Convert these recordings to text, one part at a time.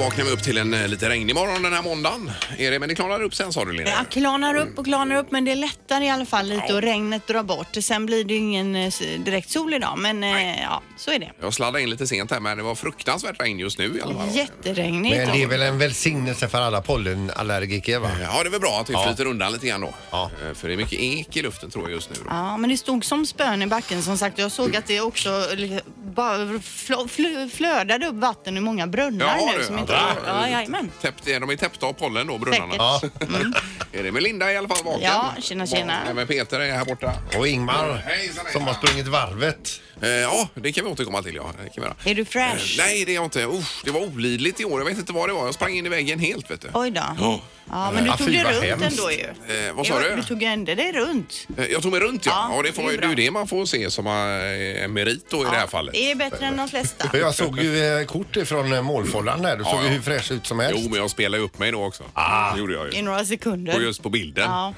vaknar vi upp till en eh, lite regnig morgon den här måndagen. Är det, men det klarar upp sen sa du Linda. Ja, klarnar upp och klarnar upp men det lättar i alla fall lite och regnet drar bort. Sen blir det ju ingen eh, s- direkt sol idag men eh, ja, så är det. Jag sladdade in lite sent här men det var fruktansvärt regn just nu i alla fall. Jätteregnigt. Men det är väl en välsignelse för alla pollenallergiker va? Ja, det är väl bra att det flyter undan lite grann då. Ja. Eh, För det är mycket ek i luften tror jag just nu. Då. Ja, men det stod som spön i backen som sagt. Jag såg att det också liksom, li- bara fl- fl- flödade upp vatten i många brunnar Jaha, nu. du, Som ja, inte bra. ja, jajamän. Täppt, de är täppta av pollen då, brunnarna. Säkert. Mm. Ja. Är det med Linda i alla fall vaken? Ja, tjena, tjena. Även Peter är här borta. Och Ingmar Hejsan, hejsan. som har sprungit varvet. Eh, ja, det kan vi återkomma till. Ja. Det kan vi göra. Är du fräsch? Eh, nej, det är jag inte. Usch, det var olidligt i år. Jag vet inte vad det var. Jag sprang in i väggen helt. vet du. Oj då. Ja. Ja, men du Ja, tog fy, dig vad runt hemskt. ändå ju. Eh, vad sa Ja, du? Du tog ju ändå dig runt. Eh, Jag tog mig runt, ja. Ja, ja det, får man, det ju- är det är ju bra. det man får se som eh, en merit då i det här fallet. Det är bättre än de flesta. För Jag såg ju eh, kort ifrån eh, målfållan där. Du såg Ja, ju ja. hur fräsch ut som helst. Jo, men jag spelade ju upp mig då också. Ah. Det gjorde jag I ju. några Och sekunder. just på bilden. Ja.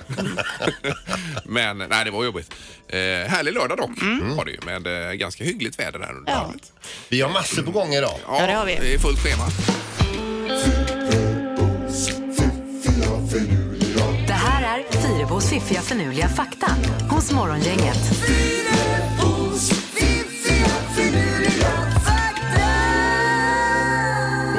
men nej, det var jobbigt. Eh, härlig lördag dock var det ju med eh, ganska hyggligt väder här under Mm. Ja. dagen. Vi har massor på gång idag. Ja, det har vi. Det är fullt schema. Det här är Fyrabos fiffiga förnuliga fakta hos Morgongänget.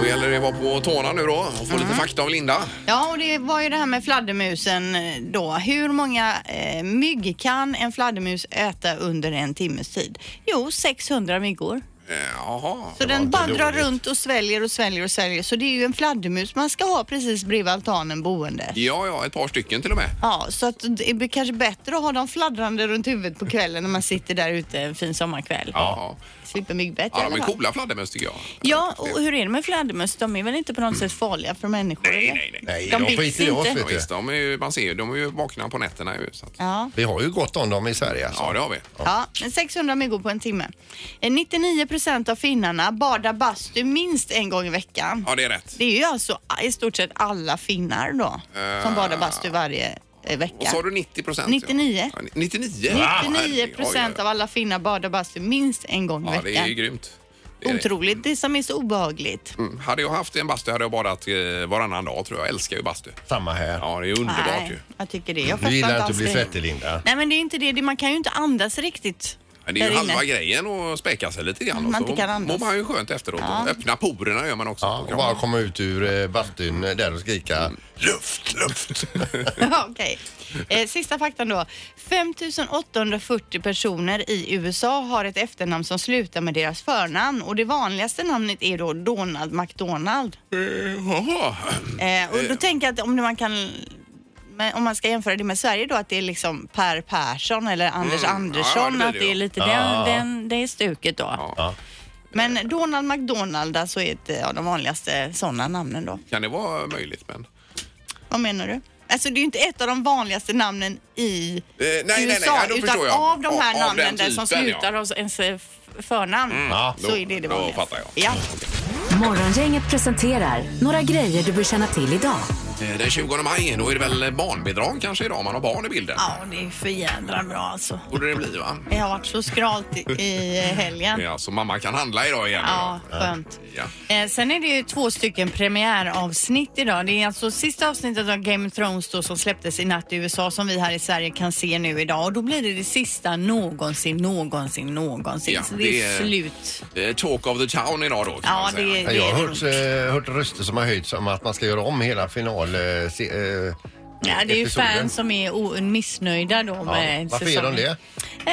Då gäller det att vara på tårna nu då och få Mm. lite fakta av Linda. Ja, och det var ju det här med fladdermusen eh, då. Hur många eh, mygg kan en fladdermus äta under en timmes tid? Jo, 600 myggor. Eh, Jaha. Så den inte bara drar dåligt. runt och sväljer och sväljer och sväljer. Så det är ju en fladdermus man ska ha precis bredvid altanen boende. Ja, ja, ett par stycken till och med. Ja, så att det är kanske bättre att ha dem fladdrande runt huvudet på kvällen när man sitter där ute en fin sommarkväll. Ja. Slipper myggbett i Ja, alla de är fall. coola fladdermöss tycker jag. Ja, och hur är det med fladdermöss? De är väl inte på något sätt farliga för människor? Nej, eller? nej, nej. Nej, De de bits skiter i oss inte. Ja, vet du. visst, de är ju, man ser ju, de är ju vakna på nätterna ju. Så att, Ja. Vi har ju gott om dem i Sverige alltså. ja, det har vi. Ja, men 600 myggor på en timme. Eh, 99 procent av finnarna badar bastu minst en gång i veckan. Ja, det är rätt. Det är ju alltså i stort sett alla finnar då som badar bastu varje eh, Och så vecka. har du 90 procent. 99. Ja, 99? Va? 99 Herregud, procent oj, av alla finnar badar bastu minst en gång oj. i Ja, det är ju veckan. grymt. Det är det. Otroligt, det som är så obehagligt. Mm. Hade jag haft en bastu hade jag badat eh, varannan dag tror jag. Jag älskar ju bastu. Samma här. Ja, det är ju underbart ju. jag tycker det. Jag Du fattar gillar inte att alls bli det. svettig Linda. Nej, men det är inte det. Det- Man kan ju inte andas riktigt. Men det är ju där inne. halva grejen att späka sig lite grann. och Man så inte kan mår andas. man ju skönt efteråt. Ja. Öppna porerna gör man också. Ja, och bara komma ut ur eh, bastun eh, där och Mm. skrika luft, luft. Ja, Okej. Eh, sista faktan då. 5 840 personer i USA har ett efternamn som slutar med deras förnamn och det vanligaste namnet är då Donald McDonald. Jaha. Eh, och då tänker jag att om man kan men om man ska jämföra det med Sverige då att det är liksom Per Persson eller Mm, Anders ja, det Andersson blir det att det ju. är lite Ja. den, den, det är stuket då. Men Donald McDonald alltså är ett eh, av de vanligaste sådana namnen då. Kan det vara möjligt? Men... Vad menar du? Alltså det är ju inte ett av de vanligaste namnen i Eh, nej, USA, nej, nej, ja, då utan förstår jag. av de här Av- av namnen den där som typen, slutar av ens eh, f- förnamn Ja, så då- är det det då vanligaste. fattar jag. Ja. Morgongänget presenterar några grejer du bör känna till idag. Eh, Den 20 maj, då är det väl barnbidrag kanske idag om man har barn i bilden? ja, det är för jädra bra alltså. Borde det bli va? Det har varit så skralt i, i eh, helgen. Ja, så mamma kan handla idag igen. Ja, skönt. Ja. Eh, sen är det ju två stycken premiäravsnitt idag. Det är alltså sista avsnittet av Game of Thrones då som släpptes i natt i USA som vi här i Sverige kan se nu idag. Och då blir det det sista någonsin, någonsin, någonsin. Ja, så det, det är är- slut. Eh, Talk of the town idag då kan Ja, man säga. det är- Jag har det hört, eh, hört röster som har höjts om att man ska göra om hela final... Eh, se, eh, Ja, det är ju episoden. fans som är o- missnöjda då med varför är de det? Eh,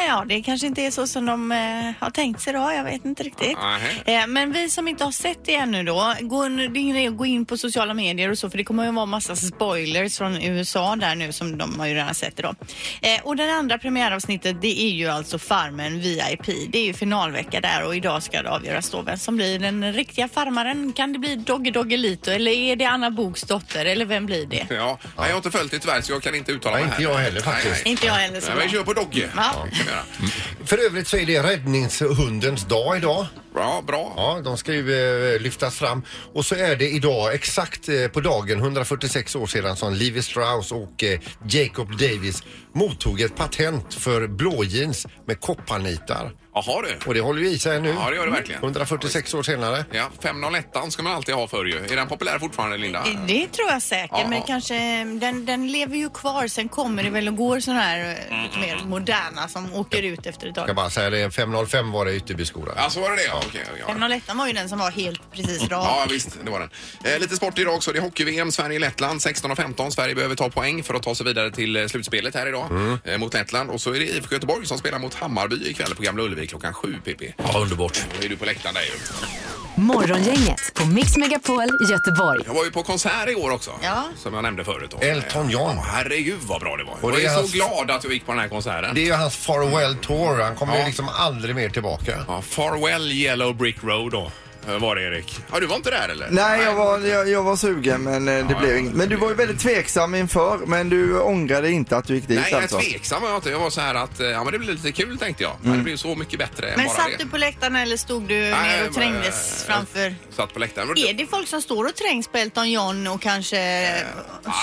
Ja, det kanske inte är så som de eh, har tänkt sig då. Jag vet inte riktigt. Nähä. Eh, men vi som inte har sett det ännu då, gå, det är ingen idé att gå in på sociala medier och så för det kommer ju vara massa spoilers från USA där nu som de har ju redan sett idag. Eh, och det andra premiäravsnittet det är ju alltså Farmen VIP. Det är ju finalvecka där och idag ska det avgöras då vem som blir den riktiga farmaren. Kan det bli Dogge Doggelito eller är det Anna Boks dotter eller vem blir det? Ja, nej, jag har inte följt det tyvärr så jag kan inte uttala Nej, mig inte här. jag heller faktiskt. Nej, nej. Inte jag heller så Nej, men vi kör på Dogge. Ja. kan vi göra. För övrigt så är det räddningshundens dag idag. Bra, bra. Ja, de ska ju eh, lyftas fram. Och så är det idag exakt eh, på dagen 146 år sedan som Levi Strauss och eh, Jacob Davis mottog ett patent för blåjeans med kopparnitar. Jaha du. Och det håller ju i sig nu. Ja, det gör det verkligen. 146 år senare. Ja, 501 ska man alltid ha för ju. Är den populär fortfarande Linda? Det tror jag säkert, Ja. men kanske mm, den, den lever ju kvar. Sen kommer det väl och går sådana här Mm, eh, lite mer moderna som åker ut efter ett Jag kan tag. bara säga det, 505 var det i Ytterbyskolan. Ja, så Alltså, var det det ja. Okej, ja. 501 var ju den som var helt precis Ja, rak. visst, det var den. Eh, lite sport idag också. Det är hockey-VM, Sverige-Lettland 16.15. Sverige behöver ta poäng för att ta sig vidare till eh, slutspelet här idag Mm. eh, mot Lettland. Och så är det IFK Göteborg som spelar mot Hammarby ikväll på Gamla Ullevi klockan 7 PP. Ja, underbart. Då är du på läktaren där ju. Morgongänget på Mix Megapol Göteborg. Jag var ju på konsert igår också. Ja. Som jag nämnde förut. Då. Elton John. Ja, herregud vad bra det var. Och jag det är är så hans- glad att jag gick på den här konserten. Det är ju hans farewell tour. Han kommer Ja. ju liksom aldrig mer tillbaka. Ja, farewell Yellow Brick Road då. eh, Var det Erik? Ja, du var inte där eller? Nej, jag var, jag, jag var sugen men eh, det blev ja. inget. Men du var ju väldigt tveksam inför, men du ångrade inte att du gick dit Nej, jag är alltså? tveksam var jag inte. Jag var så här att eh, ja, men det blir lite kul tänkte jag. Mm. Men det blir så mycket bättre än Men bara satt det. du på läktaren eller stod du Nej, ner och trängdes eh, framför? Satt på läktaren. Är det folk som står och trängs på Elton John och kanske... Eh,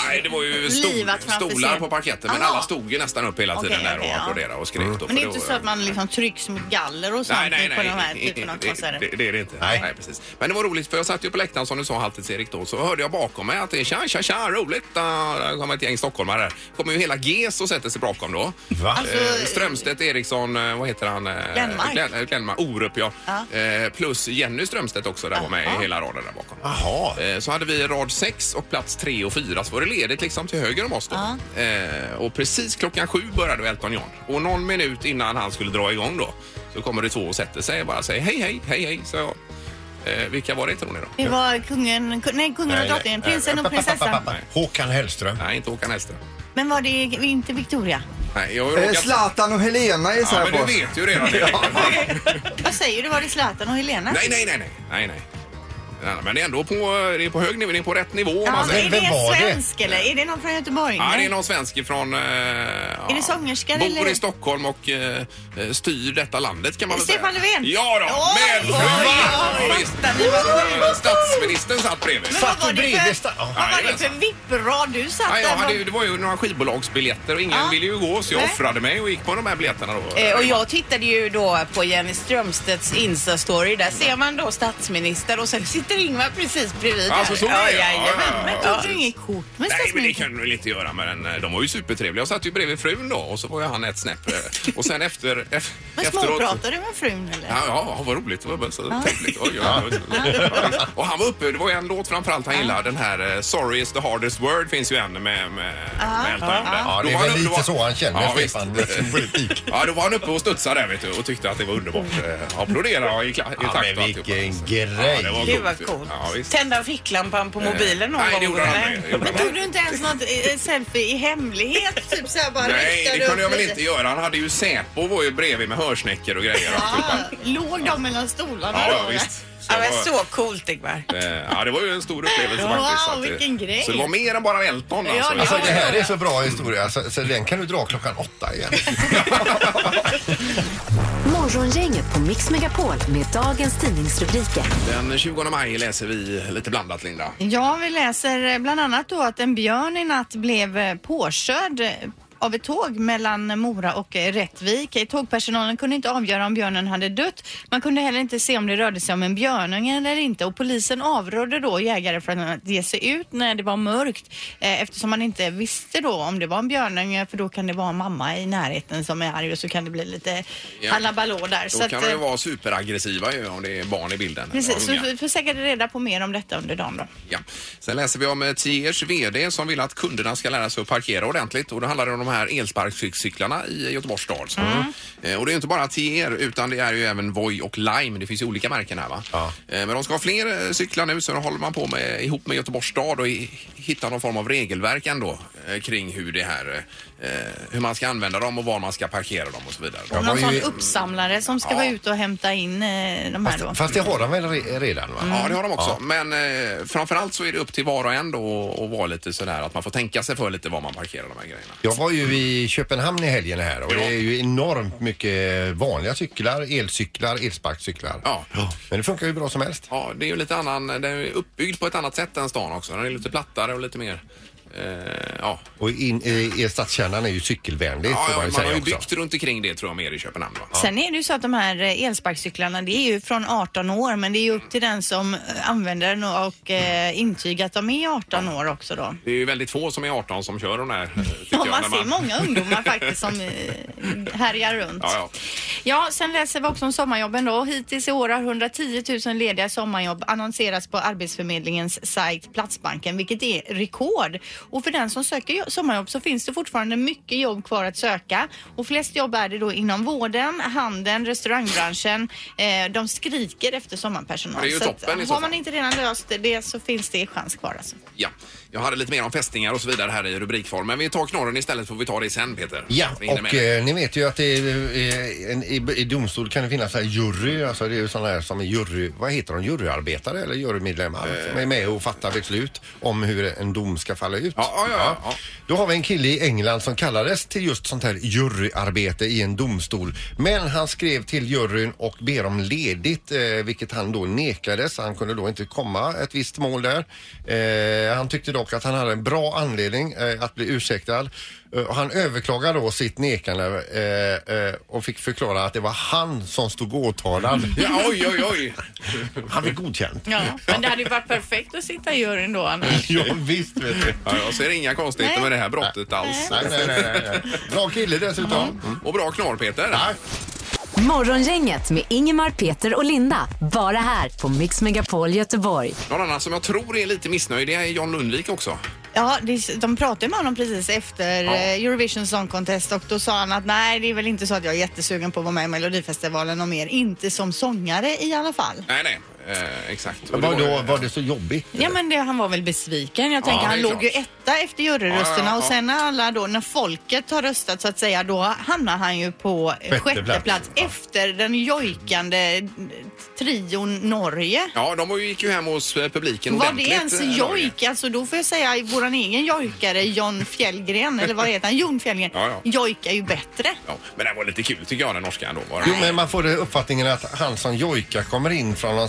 Nej, det var ju stol, Livat framför stolar scen. på parketten men Aha. alla stod ju nästan upp hela Okej, tiden där okej, och ja. Mm. applåderade och skrek. då, för Men det är det inte var- så att man liksom trycks mot galler och sånt Nej, nej, nej. på de här typen av Det- konserter? Det, det är det inte. Nej. Nej. precis. Men det var roligt för jag satt ju på läktaren som du sa, Halvtids-Erik då, så hörde jag bakom mig att det är tja, tja, tja, roligt. Ah, Där kommer ett gäng stockholmare. här. kommer ju hela GES och sätter sig bakom då. Va? Alltså- Eh, Strömstedt, Eriksson, eh, vad heter han? Eh, Glenmark. Glenn- eh, Glenmark, Orup ja. Ja. Eh, Plus Jenny Strömstedt också, där var med i hela raden där bakom. Jaha. Eh, Så hade vi rad 6 och plats 3 och 4 så var det ledigt liksom till höger om oss då. Eh, och precis klockan 7 började Elton John. Och någon minut innan han skulle dra igång då så kommer det två och sätter sig och bara säger hej hej, hej hej, så jag. Eh, vilka var det tror ni då? Det var kungen, ku- nej kungen och Nej, nej. drottningen, prinsen och Eh, prinsessan. Håkan Hellström. Nej, inte Håkan Hellström. Men var det inte Victoria? Nej, jag har ju Eh, råkat... Zlatan och Helena är så Ja, här men på. du vet ju redan det. Vad säger du, var det Zlatan och Helena? nej, nej, nej, nej, nej, nej. Ja, Men det är ändå på, det är på hög nivå, det är på rätt nivå. om Ja, man men säger. är vem var det det? svensk eller? Är det någon från Göteborg? Ja, Nej. det är någon svensk ifrån... Eh, är det sångerskan Bor eller? i Stockholm och eh, eh, styr detta landet kan man väl Stefan säga. Löfven? Ja då, Oj, men oj, va? oj, Ja, visst. fattar ni vad sjukt? Eh, Statsministern satt bredvid. Men vad var det Bredvid för, sta- ja. vad var det för VIP-rad du satt Nej, jag där? hade, ju- det var ju några skivbolagsbiljetter och ingen Ja. ville ju gå så jag Nej. offrade mig och gick på de här biljetterna då. Eh, Och jag tittade ju då på Jenny Strömstedts Insta-story. Där ser man då statsminister och sen sitter Ingvar precis bredvid. Ja, så såg jag det, ja. jajamän. Ja, Men tog du inget kort med Nej, men det statsministern? kan du väl inte göra. Men eh, de var ju supertrevliga. Jag satt ju bredvid frun då och så var ju han ett snäpp. eh, Och sen efter... ef- Men småpratade du med frun eller? Ja, ja, vad roligt. Det var bara så trevligt. Oj, ja. Ja. Och han var uppe, det var ju en låt framförallt han gillade. Den här eh, Sorry is the hardest word finns ju en med, med, med Elton John där. Ja, det Då är var väl då lite var- så han känner, Ja, visst. Stefan. Liksom, Politik. Ja, då var han uppe och studsade där vet du, och tyckte att det var underbart. Eh, Applåderade och i, kla- i Ja, takt men och alltihopa. vilken Ja, grej. det var Gud vad ju. coolt. Ja, visst. Eh, Tända ficklampan på mobilen någon Nej, det gång. gjorde han aldrig. Det gjorde Men han tog du inte ens något eh, selfie i hemlighet? Typ så här bara Nej, riktade det kunde upp jag väl lite? inte göra. Han hade ju Säpo var ju bredvid med hörsnäckor och grejer. och alltihopa. Ah, låg de mellan stolarna Ja, då? ja eller? visst. Så Ja, det men var- så coolt Ingvar. eh, Ja, det var ju en stor upplevelse Wow, faktiskt. så att det- vilken grej. Så det var mer än bara Elton Ja, alltså. det Alltså var det här är så bra historia Alltså, så, så den kan du dra klockan åtta igen. Morgongänget på Mix Megapol med dagens tidningsrubriker. Den 20 maj läser vi lite blandat, Linda. Ja, vi läser eh, bland annat då att en björn i natt blev eh, påkörd eh, av ett tåg mellan Mora och eh, Rättvik. Eh, Tågpersonalen kunde inte avgöra om björnen hade dött. Man kunde heller inte se om det rörde sig om en björnunge eller inte och polisen avrådde då jägare från att ge sig ut när det var mörkt eh, eftersom man inte visste då om det var en björnunge för då kan det vara en mamma i närheten som är arg och så kan det bli lite Ja. halabalå där. Då Så att, kan de ju eh, vara superaggressiva ju om det är barn i bilden. Precis, så Unga. vi får säkert reda på mer om detta under dagen då. Ja. Sen läser vi om eh, Tiers VD som vill att kunderna ska lära sig att parkera ordentligt och då handlar det om de här elsparkcyklarna i Göteborgs stad. Så. Mm. Eh, Och det är inte bara Tier utan det är ju även Voi och Lime. Det finns ju olika märken här va? Ja. Eh, Men de ska ha fler eh, cyklar nu så då håller man på med eh, ihop med Göteborgs stad och i- hitta någon form av regelverk ändå eh, kring hur det här eh, hur man ska använda dem och var man ska parkera dem och så vidare. Ja, Någon var sån ju- uppsamlare som ska Ja. vara ute och hämta in eh, de här då. Fast det har han väl re- redan va? Ja, det har de också. Men eh, framförallt så är det upp till var och en då att vara lite sådär att man får tänka sig för lite var man parkerar de här grejerna. Jag var ju i Köpenhamn i helgen här och Ja. det är ju enormt mycket vanliga cyklar, elcyklar, elsparkcyklar. Ja. Men det funkar ju bra som helst. Ja, det är ju lite annan, den är uppbyggd på ett annat sätt än stan också. Den är lite plattare och lite mer Eh, ja. Och in, eh, er stadskärnan är ju cykelvänlig Ja, får ja, man ju man har säga ju också. byggt runt omkring det tror jag mer i Köpenhamn. Va? Sen är det ju så att de här eh, elsparkcyklarna det är ju från 18 år men det är ju upp till den som eh, använder den och, och eh, intygar att de är 18 år också då. Det är ju väldigt få som är 18 som kör de där. eh, tycker Ja, jag, man när ser många ungdomar faktiskt som eh, härjar runt. Ja, ja. Ja, sen läser vi också om sommarjobben då. Hittills i år har 110 000 lediga sommarjobb annonserats på Arbetsförmedlingens sajt Platsbanken, vilket är rekord. Och för den som söker jo- sommarjobb så finns det fortfarande mycket jobb kvar att söka. Och flest jobb är det då inom vården, handeln, restaurangbranschen. Eh, de skriker efter sommarpersonal. Det är ju så att, toppen i så har man fall. inte redan löst det så finns det chans kvar alltså. Ja, jag hade lite mer om fästingar och så vidare här i rubrikform. Men vi tar knorren istället får vi ta det sen Peter. Ja, Vi hinner och med. eh, ni vet ju att det är, eh, en, i, i domstol kan det finnas så här jury, alltså det är ju sådana här som är jury, vad heter de, juryarbetare eller jurymedlemmar Eh. som är med och fattar beslut om hur en dom ska falla ut. Ja, ja, ja, ja. Då har vi en kille i England som kallades till just sånt här juryarbete i en domstol. Men han skrev till juryn och ber om ledigt, eh, vilket han då nekades. Han kunde då inte komma ett visst mål där. Eh, han tyckte dock att han hade en bra anledning eh, att bli ursäktad. Eh, och han överklagade då sitt nekande eh, eh, och fick förklara att det var han som stod åtalad. Ja, oj, oj, oj. Han fick godkänt. Ja, men det hade ju varit perfekt att sitta i juryn då annars. Ja, visst vet du. Ja, jag ser inga konstigheter Nej. med det här brottet alls. Nej, nej, nej, nej, nej. Bra kille dessutom. Mm. Och bra knorr Peter. Tack. Morgongänget med Ingemar, Peter och Linda. Bara här på Mix Megapol Göteborg. Någon annan som jag tror är lite missnöjd det är John Lundvik också. Ja, det, de pratade med honom precis efter Ja. eh, Eurovision Song Contest och då sa han att nej, det är väl inte så att jag är jättesugen på att vara med i Melodifestivalen och mer. Inte som sångare i alla fall. Nej, nej, eh, exakt. Och det Var, var ju- då, var det så jobbigt? Ja men det, han var väl besviken. Jag tänker det är han låg klart. ju etta efter Ja, juryrösterna ja, ja. och sen när alla då, när folket har röstat så att säga, då hamnar han ju på eh, Sjätte sjätte plats, plats, efter den jojkande eh, trion Norge. Ja, de var ju- gick ju hem hos eh, publiken Var det ordentligt, ens eh, Norge. jojk? Alltså då får jag säga våran egen jojkare John Fjällgren, eller vad heter han? Jon Fjällgren. Ja, ja. Jojkar ju bättre. Ja, men det var lite kul tycker jag, den norskan då. Var det? Jo, men man får det uppfattningen att han som jojkar kommer in från någon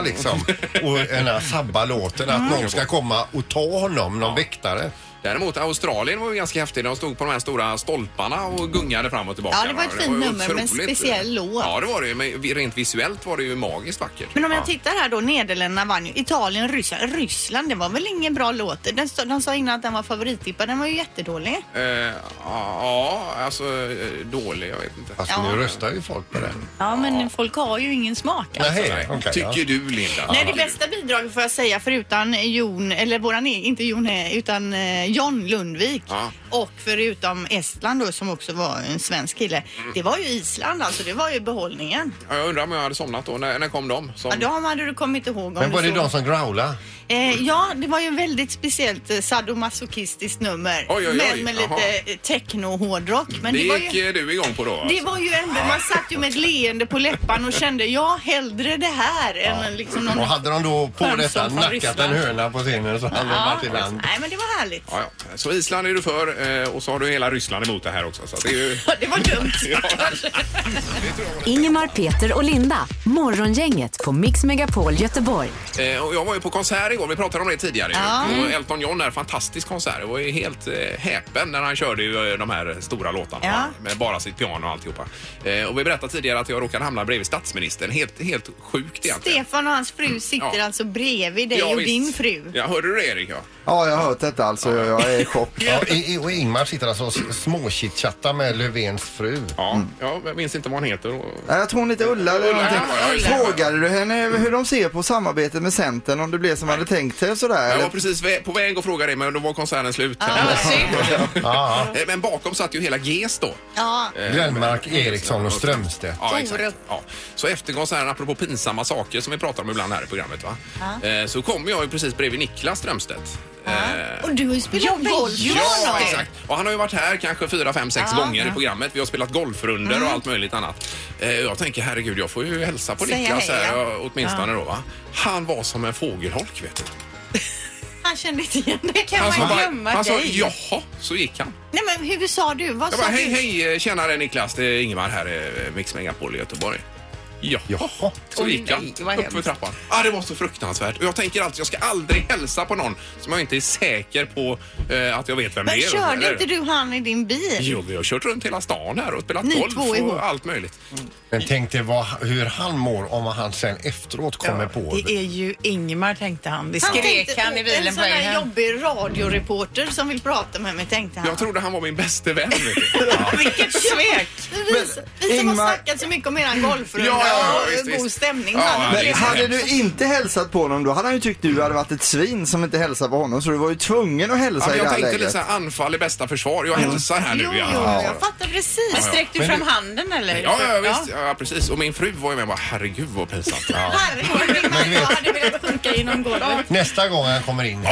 liksom och den här sabba låten Mm. att någon ska komma och ta honom, någon väktare. Däremot Australien var ju ganska häftig. De stod på de här stora stolparna och gungade fram och tillbaka. Ja, det var ett fint ju nummer med en otroligt. speciell låt. Ja, det var det ju. Men rent visuellt var det ju magiskt vackert. Men om ja. jag tittar här då, Nederländerna vann ju. Italien, Ryssland. Ryssland, det var väl ingen bra låt? Den, stå- de sa innan att den var favorittippad, den var ju jättedålig. Eh, ja, ja, alltså eh, dålig, jag vet inte. Alltså Ja. Mm. nu röstar ju folk på den. Ja, men folk har ju ingen smak alltså. Nej, Nej. okej, Tycker ja. du Linda? Nej, det bästa bidraget får jag säga förutom Jon, eller våran egen, inte Jon, eh, utan eh, John Lundvik. Ja. Och förutom Estland då som också var en svensk kille. Mm. Det var ju Island alltså, det var ju behållningen. Ja, Jag undrar om jag hade somnat då. När, när kom de? Som... Ja, de hade du kommit ihåg om Men var du det såg. de som growlade? Eh, ja, det var ju ett väldigt speciellt eh, sadomasochistiskt nummer. Oj, oj, oj, men med jaha. lite eh, techno-hårdrock. Men det det, var gick ju... eh, du igång på då? Det var ju ändå, man satt ju med ett leende på läpparna och kände ja, hellre det här än liksom någon... Och hade de då på Skönsång detta från nackat en Ryssland. höna på scenen så hade de ja, varit i land. nej, men det var härligt. Ja, ja. Så Island är du för eh, och så har du hela Ryssland emot det här också. Så att det är ju... Det var dumt. Ingemar, Peter och Linda. Morgongänget på Mix Megapol Göteborg. Eh, och jag var ju på konsert igår, vi pratade om det tidigare. ju. Ja. Mm. Och Elton John är en fantastisk konsert. Jag var ju helt eh, häpen när han körde ju, eh, de här stora låtarna Ja. va, med bara sitt piano och alltihopa. Eh, och vi berättade tidigare att jag råkade hamna bredvid statsministern. Helt, helt sjukt egentligen. Stefan och hans fru sitter Ja. alltså bredvid dig och visst. din fru. Ja, hörde du det Erik? Ja. Ja, jag har hört detta alltså. Jag, jag är i chock. Ja, i- i- och Ingmar sitter alltså och s- småchitchattar med Löfvens fru. Ja, ja, jag minns inte vad han heter. Och... Nej, Jag tror hon heter Ulla eller Ulla, någonting. ja, Ulla. Frågade du henne hur de ser på samarbete med Centern? Om det blev som man hade tänkt sig och sådär? Jag eller? var precis vä- på väg att fråga det men då var konserten slut. Ja, Eh, Men bakom satt ju hela GES då. Ja. Eh, Glenmark, Eriksson och Strömstedt. Ja, exakt. Torup. Ja. Så efter konserten, apropå pinsamma saker som vi pratar om ibland här i programmet, va? Eh, så kom jag ju precis bredvid Niklas Strömstedt. Eh, Och du har ju spelat golf med Ja, honom. exakt. Och han har ju varit här kanske fyra, fem, sex gånger i programmet. Vi har spelat golfrunder och allt möjligt annat. Eh, jag tänker herregud, jag får ju hälsa på Säga Niklas hej, här ja. ja. åtminstone då va. Han var som en fågelholk vet du. Han kände inte igen dig. Kan sa man bara, glömma han sa dig? jaha, så gick han. Nej men hur sa du? Vad Jag sa bara du? hej hej, eh, tjena det är Niklas, det är Ingemar här, eh, Mix Megapol i Göteborg. Ja. Jaha. Så Oj, gick han nej, vad upp för hemskt. trappan. Ja, det var så fruktansvärt. Och jag tänker alltid, jag ska aldrig hälsa på någon som jag inte är säker på eh, att jag vet vem Men det är. körde Eller- inte du han i din bil? Jo, vi har kört runt hela stan här och spelat Ni golf två och ihop. allt möjligt. Men tänk dig vad, hur han mår om vad han sen efteråt kommer på. Det är ju Ingmar tänkte han. Det Han skrek tänkte, han i en bilen på sån vägen här hem. jobbig radioreporter som vill prata med mig tänkte han. Jag trodde han var min bäste vän. vet du. Vilket svek! Vi, vi som Ingmar- har snackat så mycket om eran golfrunda Ja, ja, och visst, god visst. stämning. Ja, han ja, och det är trevligt. hemskt. Hade du inte hälsat på honom då hade han ju tyckt du hade varit ett svin som inte hälsade på honom så du var ju tvungen att Ja, men hälsa i det jag här tänkte lite läget. så här, anfall är bästa försvar. Jag hälsar här nu. Jo, ja. jo, jag fattar Men precis. sträckte du Men fram du- handen eller? Ja, ja, visst. Ja, precis. Och min fru var ju med och bara, herregud vad pinsamt. Herregud, Ingmar, jag hade velat sjunka genom golvet. Nästa gång han kommer in i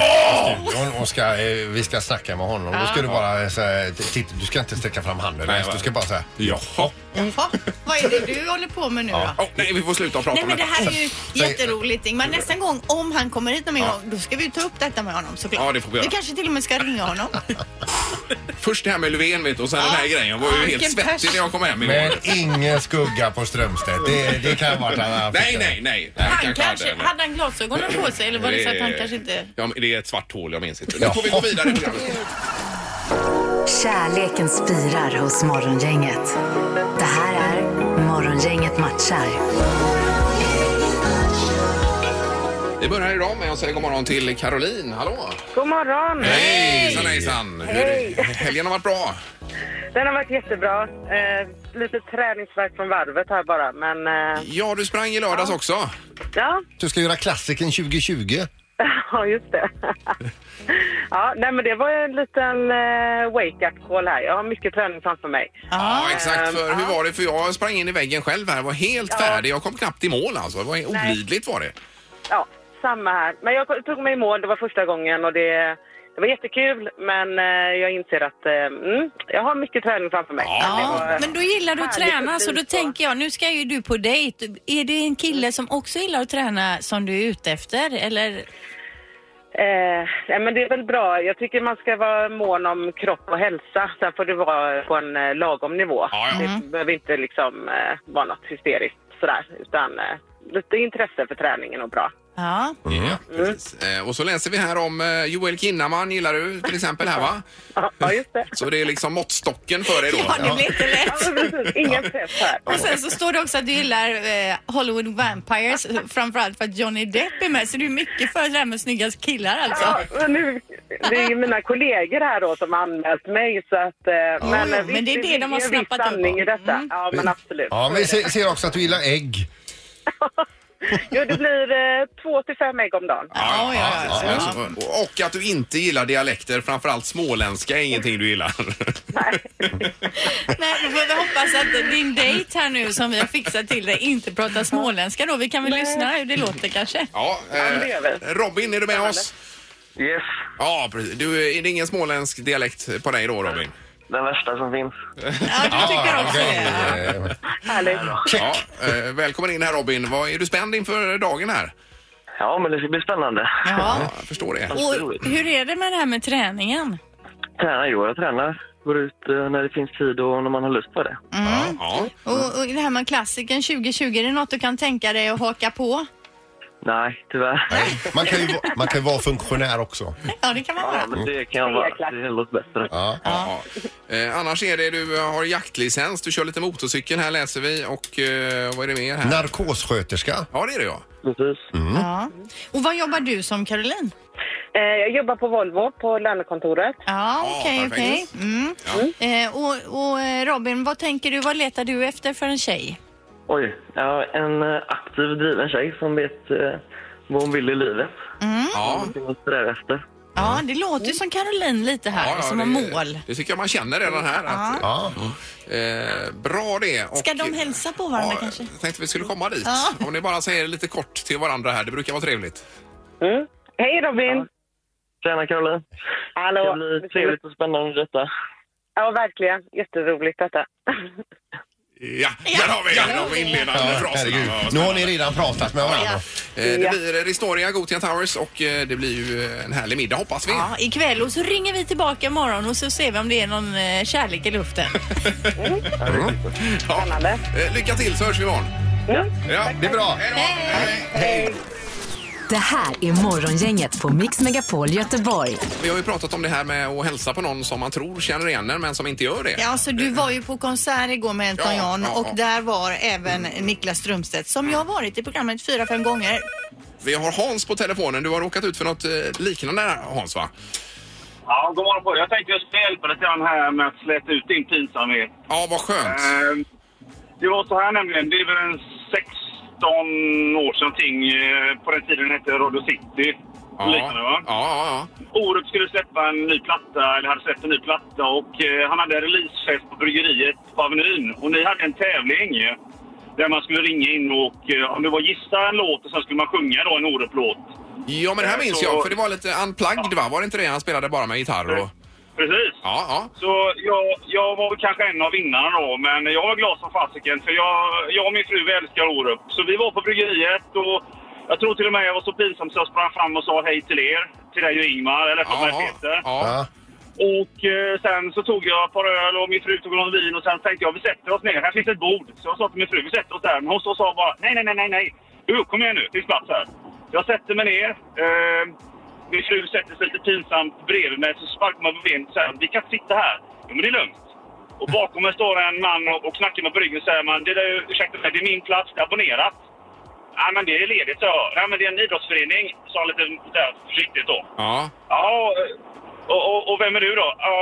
studion och ska, eh, vi ska snacka med honom, då ska du bara eh, så här, titta, du ska inte sträcka fram handen Nej, ens, va? du ska bara säga Jaha. Jaha, vad är det du håller på med nu då? Åh, nej, vi får sluta prata Nej om men det här är ju Säg- jätteroligt Ingmar. Nästa gång om han kommer hit någon gång då ska vi ta upp detta med honom såklart. Ja, det får vi göra. kanske till och med ska ringa honom. Först det här med Löfven vet du, och sen den här grejen. Jag var Ah, ju helt vilken svettig pers. när jag kom hem igår. Men ingen skugga på Strömstedt. Det, det kan vara att han Nej, nej, nej. Det här Han kanske, hade- hade han glasögonen på sig eller var det så att han Eh, kanske inte... Ja, men det är ett svart hål, jag minns inte. Nu får vi gå vidare i programmet. Kärleken spirar hos Morgongänget. Det här är Morgongänget matchar. Vi börjar idag med att säga god morgon till Caroline. Hallå! God morgon! Hejsan, hejsan! Hur, helgen har varit bra. Den har varit jättebra. Eh, lite träningsvärk från varvet här bara, men eh, Ja, du sprang i lördags också. ja, Du ska göra klassiken 2020. ja, just det. ja, nej, men det var ju en liten eh, wake-up call här. Jag har mycket träning framför mig. Ja, exakt. För hur var det? För jag sprang in i väggen själv här. var helt färdig. Jag kom knappt i mål alltså. Det var olidligt var det. Ja, samma här. Men jag tog mig i mål, det var första gången och det, det var jättekul, men eh, jag inser att eh, mm, jag har mycket träning framför mig. Det Ja, var- men då gillar du att härligt träna att så då bli så. tänker jag nu ska ju du på dejt. Är det en kille som också gillar att träna som du är ute efter eller? Eh, nej, men det är väl bra. Jag tycker man ska vara mån om kropp och hälsa. Sen får det vara på en eh, lagom nivå. Ja, ja. Mm. Det behöver inte liksom, eh, vara något hysteriskt sådär, utan eh, lite intresse för träningen och bra. Ja. Ja, precis. Eh, Och så läser vi här om eh, Joel Kinnaman gillar du till exempel här va? Ja, ja, just det. Så det är liksom måttstocken för dig då. Ja, det blir inte Ja, lätt. men precis. Ingen press här. Och sen så står det också att du gillar eh, Hollywood Vampires eh, framförallt för att Johnny Depp är med så du är mycket för det här med snygga killar alltså. Ja, men nu, det är ju mina kollegor här då som har anmält mig så att... Eh, jo, eh, men visst, det är det de har finns ju en viss snappat upp. sanning i detta. Mm. Ja, men absolut. Ja, men vi se- ser också att du gillar ägg. Jo, det blir eh, två till fem ägg om dagen. Ja, ja, ja, Ja, alltså, och- Och att du inte gillar dialekter, framförallt småländska är ingenting du gillar. Nej, då får vi hoppas att din dejt här nu som vi har fixat till dig inte pratar småländska då. Vi kan väl lyssna hur det låter kanske. Ja, men det gör eh, vi. Robin, är du med oss? Yes, Ja, precis. Du, är det ingen småländsk dialekt på dig då, Robin? den värsta som finns. Ja, du tycker också det. ja. Eh, Härligt. Ja, eh, välkommen in här, Robin. Vad, är du spänd inför dagen här? Ja, men det ska bli spännande. Ja. Jag förstår Mm. det. Och hur är det med det här med träningen? Träna, jo, jag tränar. Går ut eh, när det finns tid och när man har lust på det. Ja, ja. Och, och det här med klassiken 2020, är det något du kan tänka dig att haka på? Nej, tyvärr. nej. Man kan, ju, va- man kan ju vara funktionär också. Ja, det kan man Ja, vara. men det kan jag vara. Det låter bättre. Ja. Ja. Eh, annars är det du har jaktlicens, du kör lite motorcykel här läser vi och eh, vad är det mer här? Narkossköterska. Ja det är det ja. Precis. Mm. Mm. Ja. Och vad jobbar du som Caroline? Eh, jag jobbar på Volvo på lönekontoret. Ja, okej, okej. perfekt. Mm. Eh, och, och eh, Robin, vad tänker du, vad letar du efter för en tjej? Oj, ja, en eh, aktiv, driven tjej som vet eh, vad hon vill i livet. Ja, Någonting att sträva efter. Ja, det låter ju som Caroline lite här, Mm. ja, ja, som det- har mål. Det tycker jag man känner redan här. Att, Ja. eh, bra det. Och, Ska de hälsa på varandra ja, kanske? Jag tänkte vi skulle komma dit. Om ni bara säger lite kort till varandra här, det brukar vara trevligt. Mm. Hej Robin! Tjena, Caroline. Hallå! Det blir trevligt och spännande detta. Ja, verkligen. Jätteroligt detta. Ja, där har vi de inledande Ja, fraserna. herregud. Ja, Nu har ni redan pratat med varandra. Eh, Det blir Ristoria, Gothia Towers och eh, det blir ju en härlig middag hoppas vi. Ja, ikväll och så ringer vi tillbaka imorgon och så ser vi om det är någon eh, kärlek i luften. Mm. Ja. Eh, Lycka till så hörs vi imorgon. Ja, det är bra. Det här är Morgongänget på Mix Megapol Göteborg. Vi har ju pratat om det här med att hälsa på någon som man tror känner igen en men som inte gör det. Ja, så alltså, du var ju på konsert igår med Elton Ja, John ja, ja. och där var även Niklas Strömstedt som jag har varit i programmet fyra, fem gånger. Vi har Hans på telefonen. Du har råkat ut för något eh, liknande här, Hans va? Ja, god morgon på er. Jag tänkte jag skulle hjälpa dig till han här med att släta ut din pinsamhet. Ja, vad skönt. Ehm, Det var så här nämligen, det är väl en 16 år sedan ting. eh, På den tiden hette Radio City. Ja, och Liknande, va? ja, ja. ja. Orup skulle släppa en ny platta, eller hade släppt en ny platta och eh, han hade releasefest på bryggeriet på Avenyn. Och ni hade en tävling eh, där man skulle ringa in och eh, om det var gissa en låt och sen skulle man sjunga då en Orup-låt. Ja, men det här minns Så- jag för det var lite unplugged va? Var det inte det? Han spelade bara med gitarr och... Precis. Ja, ja. Så jag, jag var väl kanske en av vinnarna då, men jag var glad som fasiken för jag, jag och min fru vi älskar Orup. Så vi var på bryggeriet och jag tror till och med jag var så pinsam så jag sprang fram och sa hej till er. Till dig och Ingmar, eller till mig och Ja, Peter. ja. Ja. Och eh, sen så tog jag ett par öl och min fru tog någon vin och sen tänkte jag vi sätter oss ner, här finns ett bord. Så jag sa till min fru vi sätter oss där, men hon så sa bara nej, nej, nej, nej, nej. Du, kom igen nu, det finns plats här. Jag sätter mig ner. Eh, min fru sätter sig lite pinsamt bredvid mig, så sparkar man på benet och säger vi kan inte sitta här. Jo, men det är lugnt. Och bakom mig står en man och, och knackar mig på ryggen och säger man, det där, är- ursäkta mig, det är min plats, det är abonnerat. Nej, men det är ledigt, så. Nej, men det är en idrottsförening, sa han lite där, försiktigt då. ja. Ja, och, och, och vem är du då? Ja,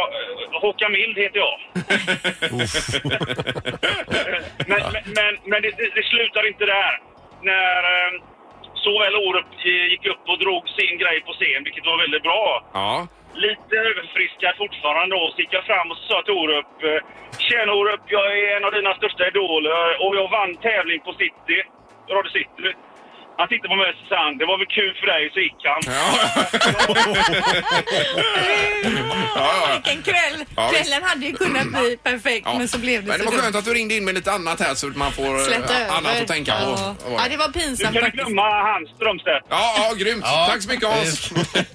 Håkan Mild heter jag. men men, men, men det, det, det slutar inte där. När eh, såväl Orup eh, gick upp och drog sin grej på scen, vilket var väldigt bra. ja. Lite överfriskad fortfarande då, så gick jag fram och sa till Orup. eh, Tjena Orup, jag är en av dina största idoler och jag vann tävling på City, Radio City. Han tittade på mig och sa han, det var väl kul för dig, så gick han. ja. Vilken kväll! Ja, visst. Kvällen hade ju kunnat bli perfekt Ja. men så blev det Men så det var dumt. skönt att du ringde in med lite annat här så att man får eh, Släta över. annat att tänka på. Ja, Vad var ja det var Du pinsamt kan du faktiskt. glömma han Strömstedt. Ja, ja, grymt. Tack så mycket Hans.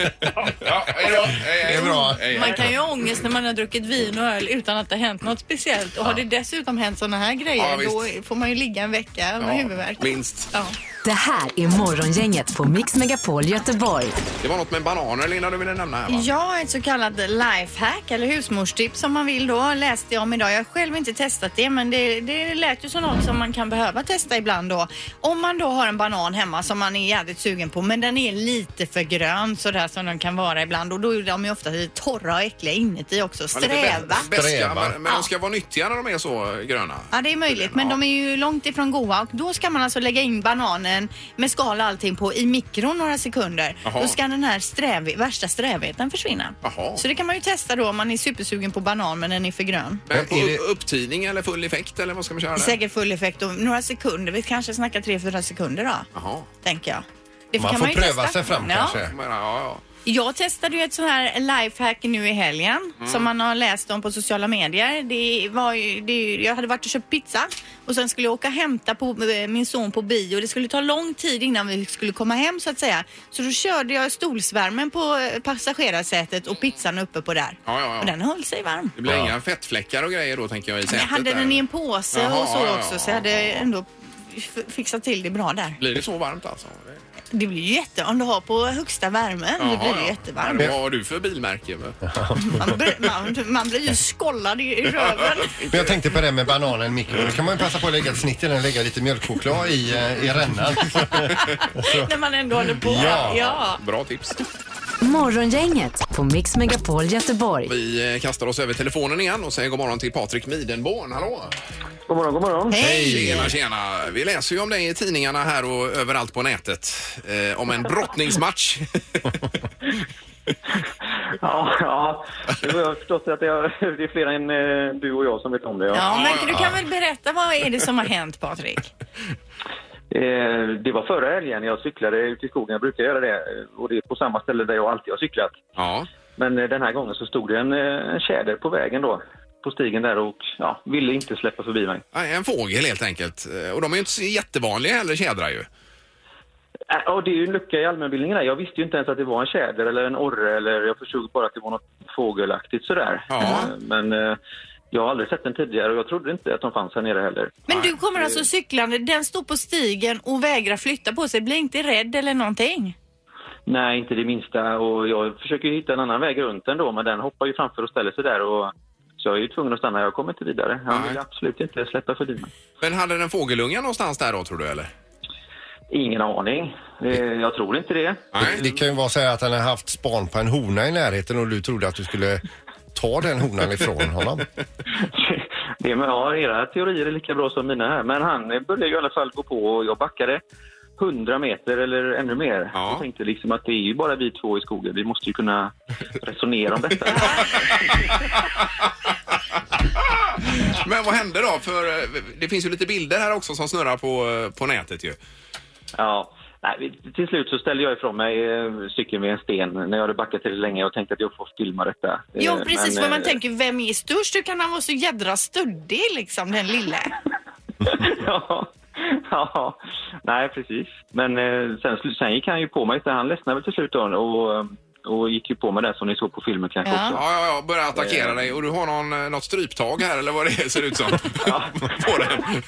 ja, hej då. Hej, hej. Det är bra. Hej, Man hej. kan ju ha ångest när man har druckit vin och öl utan att det har hänt något speciellt. Och har det dessutom hänt sådana här Ja, grejer visst. då får man ju ligga en vecka med huvudvärk. minst. Ja. Det här är Morgongänget på Mix Megapol Göteborg. Det var något med bananer Linda du ville nämna här va? Ja, ett så kallat lifehack eller husmorstips som man vill då läste jag om idag. Jag har själv inte testat det men det, det lät ju som något som man kan behöva testa ibland då. Om man då har en banan hemma som man är jävligt sugen på men den är lite för grön sådär som den kan vara ibland och då är de ju ofta lite torra och äckliga inuti också. Ja, lite bä- Sträva. bäska, Sträva. Men, men de ska vara nyttiga när de är så eh, gröna. Ja, det är möjligt, men de är ju långt ifrån goda och då ska man alltså lägga in bananen med skal och allting på i mikron några sekunder. Jaha. Då ska den här sträv, värsta strävheten försvinna. Jaha. Så det kan man ju testa då om man är supersugen på banan men den är för grön. Men på Är det- upp- upptidning eller full effekt eller vad ska man köra Det är där? säkert full effekt om några sekunder. Vi kanske snackar 3-4 sekunder då, Jaha. tänker jag. Det Man kan får ju pröva testa. sig fram Ja. kanske. Jag menar, ja, ja. Jag testade ju ett sånt här lifehack nu i helgen Mm. som man har läst om på sociala medier. Det var ju, det, jag hade varit och köpt pizza och sen skulle jag åka och hämta på, eh, min son på bio. Det skulle ta lång tid innan vi skulle komma hem så att säga. Så då körde jag stolsvärmen på eh, passagerarsätet och pizzan uppe på där. Ja, ja, ja. Och den höll sig varm. Det blir inga fettfläckar och grejer då tänker jag i Men sätet. jag hade där. den i en påse Jaha, och så ja, ja, också så ja, jag hade ja, ja. ändå f- fixat till det bra där. Blir det så varmt alltså? Det blir ju jätte... Om du har på högsta värmen då blir det jättevarmt. Men Vad har du för bilmärke? Man, br- man, man blir ju skållad i i röven. Men jag tänkte på det med bananen i mikron. Då kan man ju passa på att lägga ett snitt i den, lägga lite mjölkchoklad i, eh, i rännan. När man ändå håller på. Ja. Bra tips. Morgongänget på Mix Megapol Göteborg. Vi eh, kastar oss över telefonen igen och säger god morgon till Patrik Midenborn. Hallå! God morgon, god morgon. Hej! Tjena, tjena! Vi läser ju om dig i tidningarna här och överallt på nätet. Eh, om en brottningsmatch. Ja, ja. Det var- Jag har förstått att det är, det är fler än eh, du och jag som vet om det. Ja. Ja, men du kan väl berätta vad är det som har hänt Patrik? Eh, Det var förra helgen jag cyklade ut i skogen. Jag brukar göra det. eh, Och det är på samma ställe där jag alltid har cyklat. ja. Men eh, den här gången så stod det en, eh, en tjäder på vägen då. På stigen där och ja, ville inte släppa förbi mig. Nej, En fågel helt enkelt. Eh, Och de är ju inte så jättevanliga heller, tjädrar ju. Äh, Ja, det är ju en lucka i allmänbildningen där. Jag visste ju inte ens att det var en tjäder eller en orre eller jag förstod bara att det var något fågelaktigt sådär. Ja. Eh, Men eh, Jag har aldrig sett den tidigare och jag trodde inte att de fanns här nere heller. Men du kommer alltså cyklande, den står på stigen och vägrar flytta på sig. Blir inte rädd eller någonting? Nej, inte det minsta. Och jag försöker ju hitta en annan väg runt den då, men den hoppar ju framför och ställer sig där. Och... Så jag är ju tvungen att stanna. Jag kommer inte vidare. Han vill absolut inte släppa förbi mig. Men hade den fågelungar någonstans där då tror du eller? Ingen aning. Eh, Jag tror inte det. Det, det kan ju vara så här att han har haft span på en hona i närheten och du trodde att du skulle ta den honan ifrån honom. Det är med, ja, era teorier är lika bra som mina här. Men han eh, började ju i alla fall gå på och jag backade 100 meter eller ännu mer. Jag tänkte liksom att det är ju bara vi två i skogen. Vi måste ju kunna resonera om detta. Men vad hände då? För eh, det finns ju lite bilder här också som snurrar på, eh, på nätet ju. Ja. Nej, vi- till slut så ställde jag ifrån mig eh, cykeln vid en sten när jag hade backat till det länge och tänkte att jag får filma detta. Eh, Jo, precis men, vad man eh, tänker. Vem är störst? Hur kan han vara så jädra stöddig liksom, den lille? ja, ja, nej precis. Men eh, sen, slu- sen gick han ju på mig, så han ledsnade väl till slut då, och, eh, och gick ju på mig där som ni såg på filmen kanske Ja, också. ja, ja börjar attackera Eh. dig och du har någon, eh, något stryptag här eller vad det ser ut som. på den.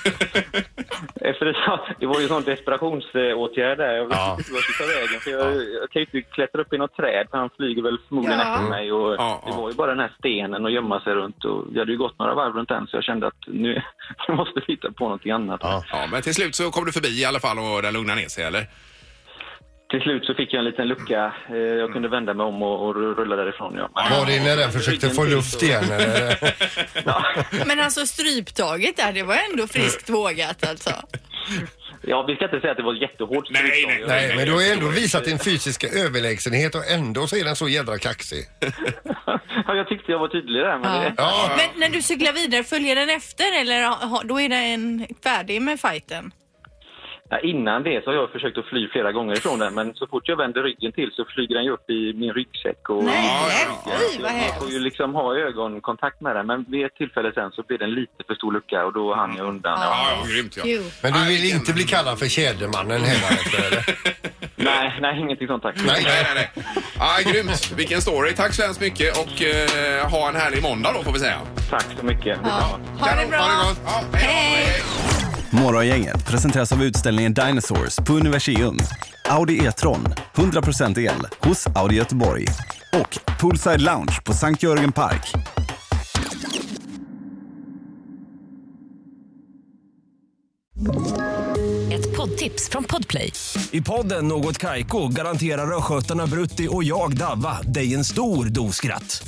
Efter det, det var ju en sån desperationsåtgärd där. Jag visste Ja. inte vart jag skulle ta vägen. För jag, jag kan ju inte klättra upp i något träd för han flyger väl förmodligen Ja. efter mig. Och Ja, det ja. var ju bara den här stenen att gömma sig runt. Och jag hade ju gått några varv runt den så jag kände att nu jag måste vi hitta på någonting annat. Ja, men till slut så kom du förbi i alla fall och den lugnade ner sig eller? Till slut så fick jag en liten lucka. Eh, Jag kunde vända mig om och, och rulla därifrån. Ja. Var det när den försökte få luft igen eller? Men alltså stryptaget där, det var ändå friskt vågat alltså. Ja, vi ska inte säga att det var jättehårt nej, nej, Nej, men du har ju ändå visat din fysiska överlägsenhet och ändå så är den så jädra kaxig. Ja, jag tyckte jag var tydlig där. Men det... Ja. Men när du cyklar vidare, följer den efter eller ha- ha- då är den färdig med fighten? Ja, innan det så har jag försökt att fly flera gånger ifrån den, men så fort jag vänder ryggen till så flyger den ju upp i min ryggsäck. Och... Nej, fy vad hemskt! Man får ju liksom ha ögonkontakt med den, men vid ett tillfälle sen så blir det en lite för stor lucka och då hann jag undan. Ja, ja grymt ja. Men du vill inte bli kallad för Tjädermannen heller? Nej, nej, ingenting sånt tack. Nej, nej, nej. Ah, grymt, vilken story. Tack så hemskt mycket och eh, ha en härlig måndag då får vi säga. Tack så mycket. Ja. Ha det bra! Hej! Morgongänget presenteras av utställningen Dinosaurs på Universium. Audi E-tron, 100% el, hos Audi Göteborg. Och Poolside Lounge på Sankt Jörgen Park. Ett poddtips från Podplay. I podden Något Kaiko garanterar östgötarna Brutti och jag, Davva, dig en stor dos skratt.